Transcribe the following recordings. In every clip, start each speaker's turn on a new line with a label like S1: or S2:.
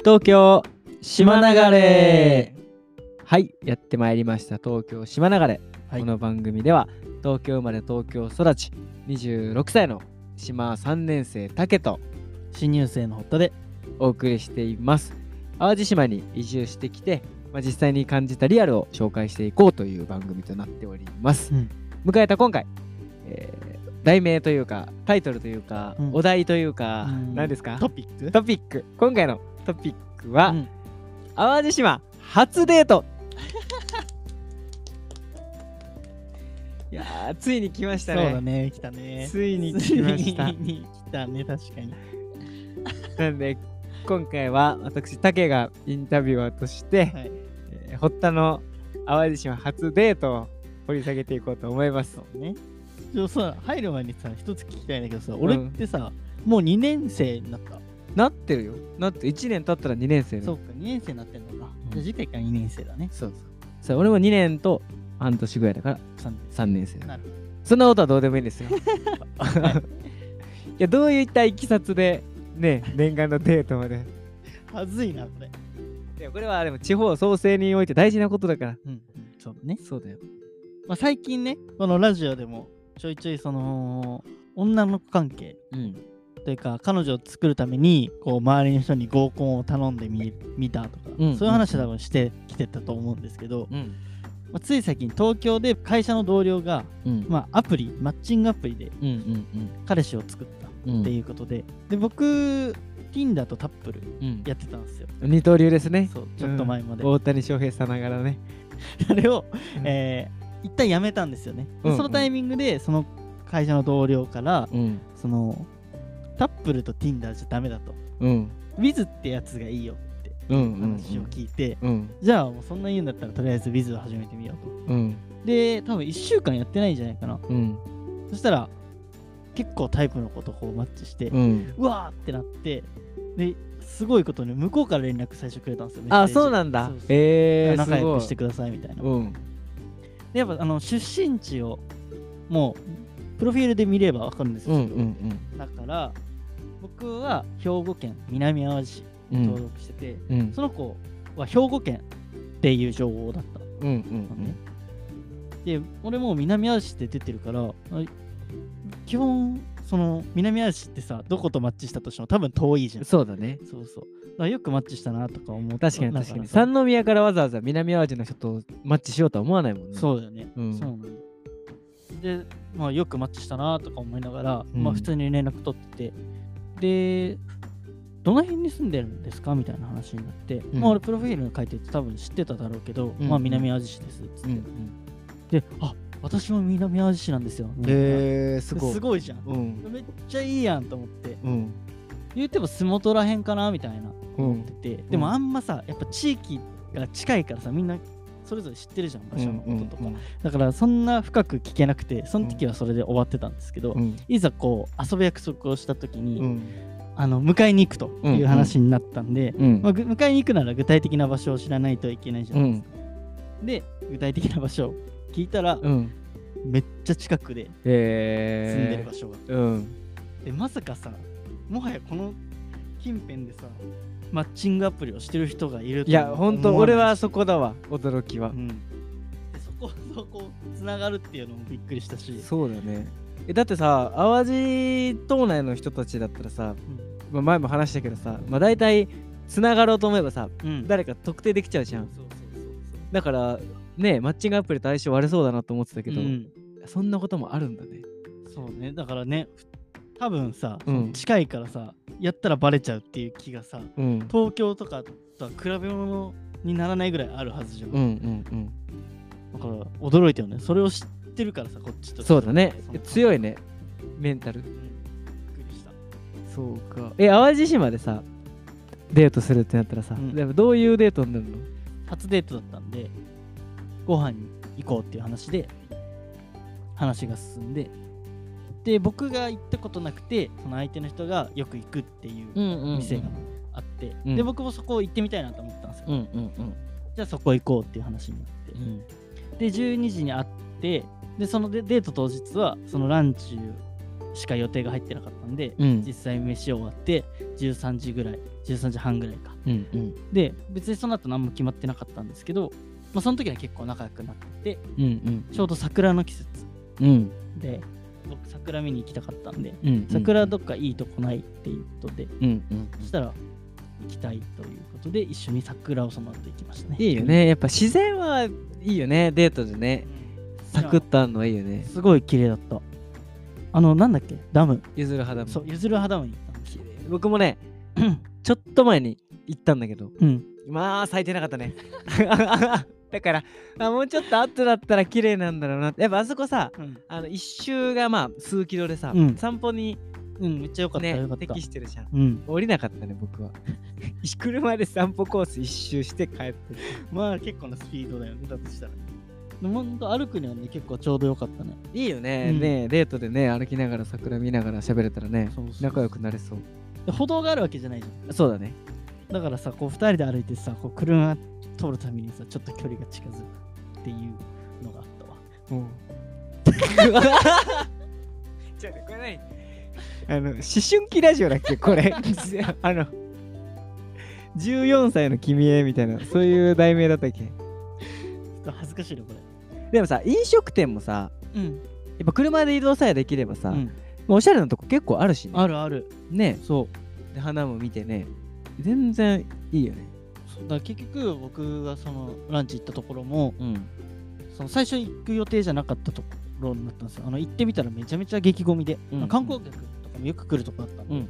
S1: 東京島流れはいやってまいりました東京島流れ、
S2: はい
S1: この番組では東京生まれ東京育ち26歳の島3年生竹と
S2: 新入生のホットで
S1: お送りしています淡路島に移住してきて、まあ、実際に感じたリアルを紹介していこうという番組となっております、
S2: うん
S1: 迎えた今回、えー題名というかタイトルというか、
S2: うん
S1: お題というか、
S2: うん
S1: 何ですか
S2: トピック
S1: トピック今回のトピックは、
S2: うん
S1: 淡路島初デー トいやーついに来ました
S2: そう
S1: ね
S2: だね来たね
S1: ついに来ました
S2: ついに来たね確かに
S1: なんで今回は私竹がインタビュアーとして、
S2: はい
S1: えー堀田の淡路島初デートを掘り下げていこうと思います
S2: そうねでもさ入る前にさ一つ聞きたいんだけどさ、
S1: ん
S2: 俺ってさもう2年生になった
S1: なってるよなって1年経ったら2年生
S2: そ
S1: の
S2: うか2年生になってんのか、
S1: うん
S2: じゃあ次回から2年生だね
S1: そうそう俺も2年と半年ぐらいだから
S2: 3年
S1: 3年生
S2: なるほど
S1: そんなことはどうでもいいんですよいやどう いったいきさつでね念願のデートまで
S2: はずいなこれ
S1: いやこれはでも地方創生において大事なことだから
S2: うんそうだね、
S1: そうだよ
S2: まあ、最近ねこのラジオでもちょいちょいその女の子関係
S1: うん
S2: というか彼女を作るためにこう周りの人に合コンを頼んでみ見たとか、
S1: うん
S2: そういう話を多分してきてたと思うんですけど、
S1: うん
S2: まあ、つい最近東京で会社の同僚が、
S1: うん
S2: まあ、アプリマッチングアプリで
S1: うんうん
S2: 彼氏を作ったっ
S1: うん
S2: ていうことで、で僕 Tinder とタップル
S1: うん
S2: やってたんですよ
S1: 二刀流ですね
S2: そうちょっと前まで、
S1: 大谷翔平さながらね
S2: それを、
S1: うん
S2: えー一旦やめたんですよね、
S1: う
S2: で
S1: んうん
S2: そのタイミングでその会社の同僚から
S1: うん
S2: そのタップルと Tinder じゃダメだと
S1: うん
S2: ウィズってやつがいいよって
S1: うん
S2: 話を聞いて、
S1: うん
S2: じゃあもうそんな言うんだったらとりあえず Wiz を始めてみようと。
S1: うん
S2: で、多分1週間やってないんじゃないかな。
S1: うん
S2: そしたら結構タイプの子とこうマッチして、う
S1: うん
S2: わーってなって、で、すごいことに向こうから連絡最初くれたんですよ。
S1: あそうなんだえ
S2: え
S1: え
S2: 仲良くしてくださいみたいな。で
S1: うん
S2: やっぱあの出身地をもうプロフィールで見ればわかるんですけ
S1: う
S2: ど、
S1: んうん
S2: だから僕は兵庫県南淡路市
S1: う
S2: 登
S1: ん
S2: 録してて、
S1: うん
S2: その子は兵庫県っていう情報だった。
S1: うんうん
S2: で俺もう南アジって出てるからあ基本その南アジってさどことマッチしたとしても多分遠いじゃんそ
S1: そうだね
S2: うそうだからよくマッチしたなとか思う
S1: 確かに確かに
S2: さ
S1: 三宮からわざわざ南淡路の人とマッチしようとは思わないもんねう
S2: そうだよね、
S1: うん
S2: そうなんだでまあよくマッチしたなとか思いながら、
S1: うん
S2: まあ普通に連絡取っててでどの辺に住んでるんですかみたいな話になって、
S1: うん
S2: まあ俺プロフィールに書いてて多分知ってただろうけど、
S1: うん
S2: まあ南アジ市ですっつって、
S1: ん
S2: であ私も南アジ市なんですよみたいな
S1: ええすごい
S2: すごいじゃん、
S1: うん
S2: めっちゃいいやんと思って
S1: うん
S2: 言うても洲本らへんかなみたいな
S1: うん
S2: ででもあんまさやっぱ地域が近いからさみんなそれぞれ知ってるじゃん場所のこととか、だからそんな深く聞けなくてその時はそれで終わってたんですけど、
S1: うん
S2: いざこう遊ぶ約束をした時に、
S1: うん
S2: あの迎えに行くという話になったんで、
S1: うん
S2: まあぐ迎えに行くなら具体的な場所を知らないといけないじゃ
S1: う
S2: ない
S1: ん
S2: で具体的な場所を聞いたら、
S1: うん
S2: めっちゃ近くで住んでる
S1: え
S2: 場所が
S1: えうん
S2: でまさかさもはやこの近辺でさマッチングアプリをしてる人がいると
S1: いやほんと
S2: 思わ
S1: 俺
S2: ないし
S1: はそこだわ驚きは
S2: うん、でそこそこつながるっていうのもびっくりしたし
S1: そうだねえだってさ淡路島内の人たちだったらさ、まあ、前も話したけどさ、まあ、大体つながろうと思えばさ
S2: うん
S1: 誰か特定できちゃうじゃん
S2: そうそうそうそう
S1: だからねマッチングアプリと相性悪そうだなと思ってたけど、
S2: うん
S1: そんなこともあるんだね
S2: そうねだからねふ多分さ、
S1: うん
S2: 近いからさやったらバレちゃうっていう気がさ
S1: うん
S2: 東京とかとは比べ物にならないぐらいあるはずじゃん、
S1: うんうん
S2: だから驚いたよねそれを知ってるからさこっち
S1: う
S2: と
S1: んそうだね
S2: その
S1: 強いねメンタル
S2: うんびっくりした
S1: そうかえ淡路島でさデートするってなったらさ、
S2: うん
S1: でもどういうデートになるの
S2: 初デートだったんでご飯に行こうっていう話で話が進んでで僕が行ったことなくてその相手の人がよく行くっていう
S1: うんう
S2: 店があって、
S1: うん
S2: で僕もそこ行ってみたいなと思ったんですよ、
S1: うんうんうん
S2: じゃあそこ行こうっていう話になって
S1: うん
S2: で12時に会ってでそのデデート当日はそのランチしか予定が入ってなかったんで、
S1: うん
S2: 実際飯終わって13時ぐらい13時半ぐらいか
S1: うんうん
S2: で別にその後何も決まってなかったんですけど、まあ、その時は結構仲良くなってて
S1: うん
S2: ちょうど桜の季節
S1: うんうん
S2: で僕桜見に行きたかったんで
S1: うん
S2: 桜どっかいいとこないっていうことで、
S1: うんうん
S2: そしたら行きたいということで一緒に桜をその後行きましたね
S1: いいよねやっぱ自然はいいよねデートでねサクッとあんのはいいよね
S2: すごい綺麗だったあのなんだっけダム
S1: ゆずる肌も
S2: そうゆずる肌ムに行ったんですよ
S1: 僕もねちょっと前に行ったんだけど
S2: うん
S1: まあ咲いてなかったね だからあもうちょっと後だったら綺麗なんだろうなってやっぱあそこさ
S2: うん、
S1: あの一周がまあ数キロでさ、
S2: うん
S1: 散歩に
S2: うん、めっちゃ良かった、
S1: ね
S2: よかった
S1: 適してるじゃん
S2: うん
S1: 降りなかったね僕は 車で散歩コース一周して帰ってる
S2: まあ結構なスピードだよねだとしたらでもほんと歩くにはね結構ちょうど良かったね
S1: いいよね、
S2: うん
S1: ねデートでね歩きながら桜見ながら喋れたらね
S2: そうそうそう
S1: 仲良くなれそう
S2: で歩道があるわけじゃないじゃん
S1: そうだね
S2: だからさこう2人で歩いてさこう車通るたびにさちょっと距離が近づくっていうのがあったわ
S1: うんちょっとこれ 何あの思春期ラジオだっけこれ あの14歳の君へみたいなそういう題名だったっけ
S2: ちょっと恥ずかしいなこ
S1: でもさ飲食店もさ
S2: れうん、
S1: やっぱ車で移動さえできればさ、
S2: う
S1: ま
S2: ん、
S1: あおしゃれなとこ結構あるしね
S2: あるある
S1: ね
S2: そう
S1: で花も見てね全然いいよね
S2: そうだから結局僕がそのランチ行ったところも
S1: うん
S2: その最初行く予定じゃなかったところになったんですよあの行ってみたらめちゃめちゃ激ゴミで、
S1: うん
S2: 観光客とかもよく来るとこだったんで、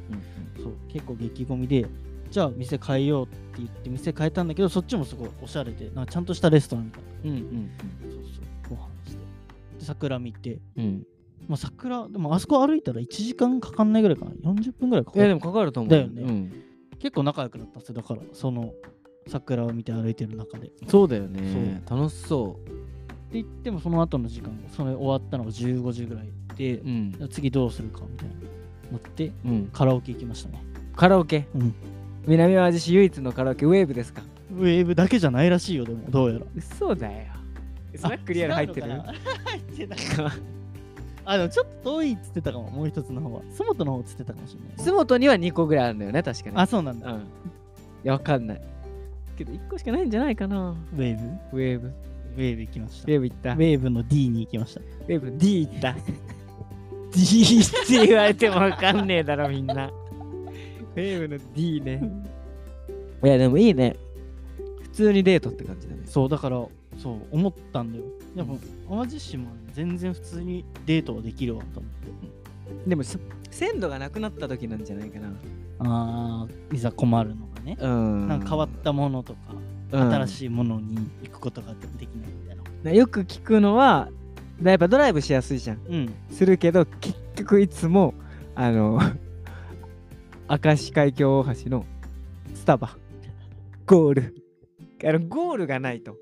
S2: そう結構激ゴミでじゃあ店変えようって言って店変えたんだけどそっちもすごいおしゃれでなんかちゃんとしたレストランみたいな
S1: うんうん
S2: そうそうご飯してで桜見て、
S1: うん
S2: まあ、桜でもあそこ歩いたら1時間かかんないぐらいかな40分ぐらいか
S1: い
S2: か
S1: やで
S2: る
S1: もかかると思う
S2: だよね
S1: うん
S2: 結構仲良くなったんですよだからその桜を見て歩いてる中でって
S1: そうだよね楽しそ
S2: 言ってもその後の時間それ終わったのが15時ぐらいで
S1: う、ん
S2: 次どうするかみたいななって
S1: うん、
S2: カラオケ行きましたね
S1: カラオケ、
S2: うん
S1: 南淡路市唯一のカラオケウェーブですか
S2: ウェーブだけじゃないらしいよでもどうやら
S1: 嘘だよスナックリアル
S2: あ
S1: 入っ
S2: 違うの
S1: て
S2: か
S1: る
S2: な入ってないあ、でもちょっと遠いっつってたかも、もう一つの方は。洲本の方っつってたかもしれない。
S1: 洲本には2個ぐらいあるんだよね確かに
S2: あ、そうなん
S1: う
S2: だ。
S1: んいやわかんないけど1個しかないんじゃないかな
S2: ウェーブ
S1: ウェーブウ
S2: ウェーブ行きました。ウ
S1: ェーブ行ったウェ
S2: ェーブの D に行きました。
S1: ーブ D 行った D って言われてもわかんねえだろみんなウェーブの D ねいやでもいいね普通にデートって感じだね
S2: そう、だから、そう、思ったんだよ。でも、淡路島は全然普通にデートはできるわと思って。
S1: でもそ鮮度がなくなった時なんじゃないかな
S2: あー、いざ困るのがね。
S1: うん
S2: なんか変わったものとか、
S1: うん
S2: 新しいものに行くことができないみたいな。
S1: なよく聞くのはだやっぱドライブしやすいじゃん
S2: うん。
S1: するけど結局いつもあの 明石海峡大橋のスタバゴールあのゴールがないと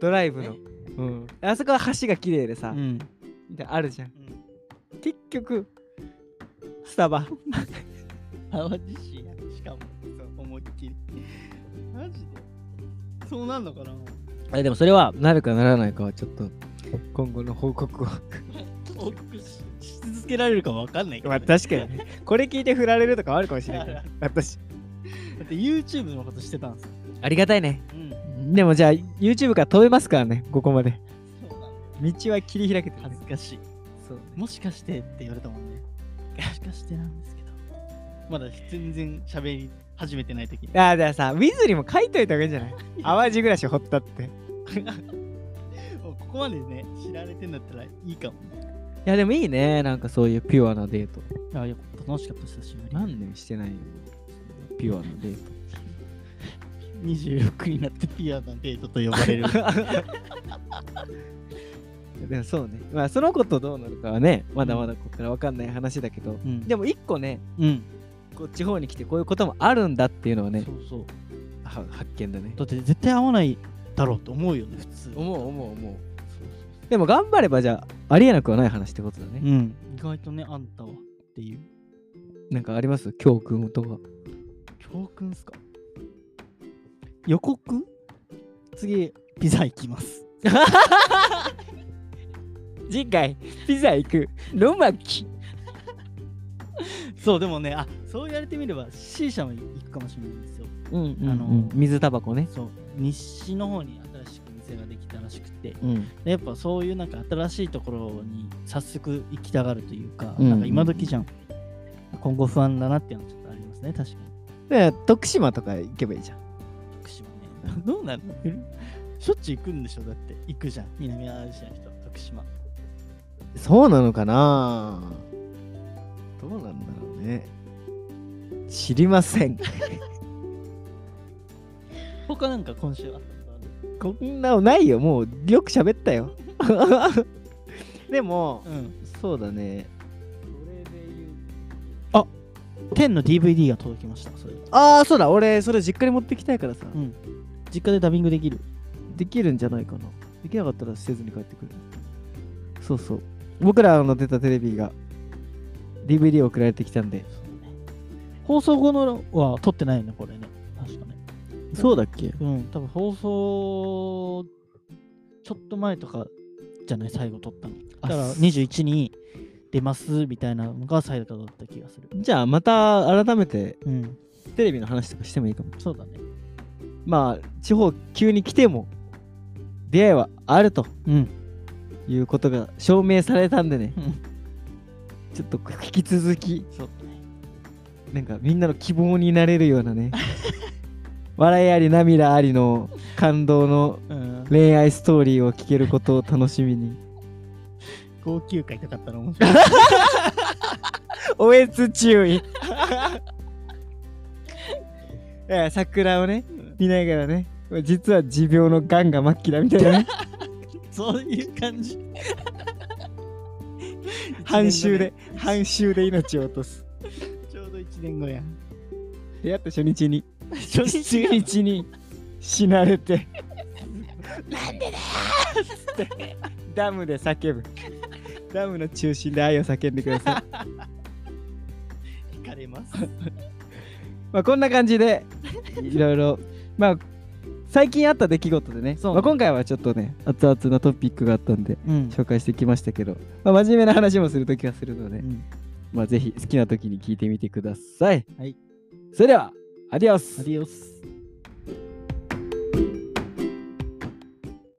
S1: ドライブの、うん、あそこは橋が綺麗でさ、
S2: うん。
S1: みたいなあるじゃん結局スタ バ
S2: 淡路市やしかも思いっきりマジでそうなんのかな
S1: あでもそれはなるかならないかはちょっと今後の報告 を
S2: 報告しし続けられるかわかんないけど、ね、
S1: 確かにねこれ聞いて振られるとかはあるかもしれない 私
S2: だって YouTube のことしてたんですよ、
S1: ありがたいね
S2: うん、
S1: でもじゃあ YouTube から飛べますからねここまで
S2: そうなん
S1: 道は切り開けてる、
S2: 恥ずかしい
S1: そう
S2: もしかしてって言われたもんねもしかしてなんですけどまだ全然喋り始めてない時に
S1: ああ、だからさ、ウィズにも書いといた方がいいんじゃない 淡路暮らしほったって。い
S2: もうここまでね知られてんだったらいいかも
S1: や、でもいいね。なんかそういうピュアなデート。
S2: あよかった楽しかった久しぶ
S1: 何年してないよ。ピュアなデー
S2: り26になってピアなデートと呼ばれる
S1: ト。でもそうね。まあ、その子とどうなるかはね、まだまだここから分かんない話だけど、
S2: うん
S1: でも一個ね、
S2: うん
S1: こう地方に来てこういうこともあるんだっていうのはね
S2: そ、うそう
S1: は発見だね。
S2: だって絶対合わないだろうと思うよね普通
S1: 思う思う思う。でも頑張ればじゃあ、ありえなくはない話ってことだね。
S2: うん意外とねあんたはっていう
S1: なんかあります教訓とか。
S2: 教訓っすか予告次ピザ行きます
S1: 次回、ピザ行く。ロマキ。
S2: そうでもねあそう言われてみれば C 社も行くかもしれないんですよ
S1: うんうんうん
S2: あの
S1: 水タバコね。
S2: そう西の方に新しく店ができたらしくて
S1: うん。
S2: でやっぱそういうなんか新しいところに早速行きたがるというか、
S1: うん
S2: なんか今時じゃん今後不安だなっていうのはちょっとありますね確かに
S1: で徳島とか行けばいいじゃん。
S2: 徳島ね どうなのしょっちゅう行くんでしょだって行くじゃん南アジアの人徳島
S1: そうなのかなどうなんだろうね。知りません。
S2: 他なんか今週あったことある
S1: こんなのないよ。もうよく喋ったよ。 でも、
S2: うん
S1: そうだね。
S2: 天の DVD が届きましたそれ
S1: ああ、そうだ。俺、それ実家に持ってきたいからさ。
S2: うん実家でダビングできる
S1: できるんじゃないかな。できなかったらせずに帰ってくる。そうそう。僕らの出たテレビが DVD 送られてきたんで。
S2: 放送後のは撮ってないよねこれね確かね
S1: そうだっけ
S2: うん多分放送ちょっと前とかじゃない最後撮ったのだから21に出ますみたいなのが最後だった気がする
S1: じゃあまた改めて
S2: うん
S1: テレビの話とかしてもいいかも。
S2: そうだね
S1: まあ地方急に来ても出会いはあると
S2: うん
S1: いうことが証明されたんでね、ちょっと引き続き
S2: そうだね
S1: なんかみんなの希望になれるようなね笑いあり涙ありの感動の
S2: うん
S1: 恋愛ストーリーを聞けることを楽しみに
S2: 号泣会とかあったら面白い
S1: おえつ注意いや桜をね見ながらね実は持病のがんが末期だみたいな ね
S2: そういう感じ
S1: 半周で半周で命を落とす
S2: ちょうど1年 後や
S1: 出会った初日に
S2: 初
S1: 初
S2: に
S1: 日に死なれてなんでだよっつってダムで叫ぶダムの中心で愛を叫んでくだ さい
S2: 聞かれます
S1: まあこんな感じでいろいろまあ最近あった出来事でね
S2: そう
S1: まあ、今回はちょっとね熱々なトピックがあったんで
S2: うん
S1: 紹介してきましたけど、まあ、真面目な話もするときはするので、
S2: うん
S1: まあ、ぜひ好きな時に聞いてみてください、
S2: はい、
S1: それではアディオス
S2: アディオス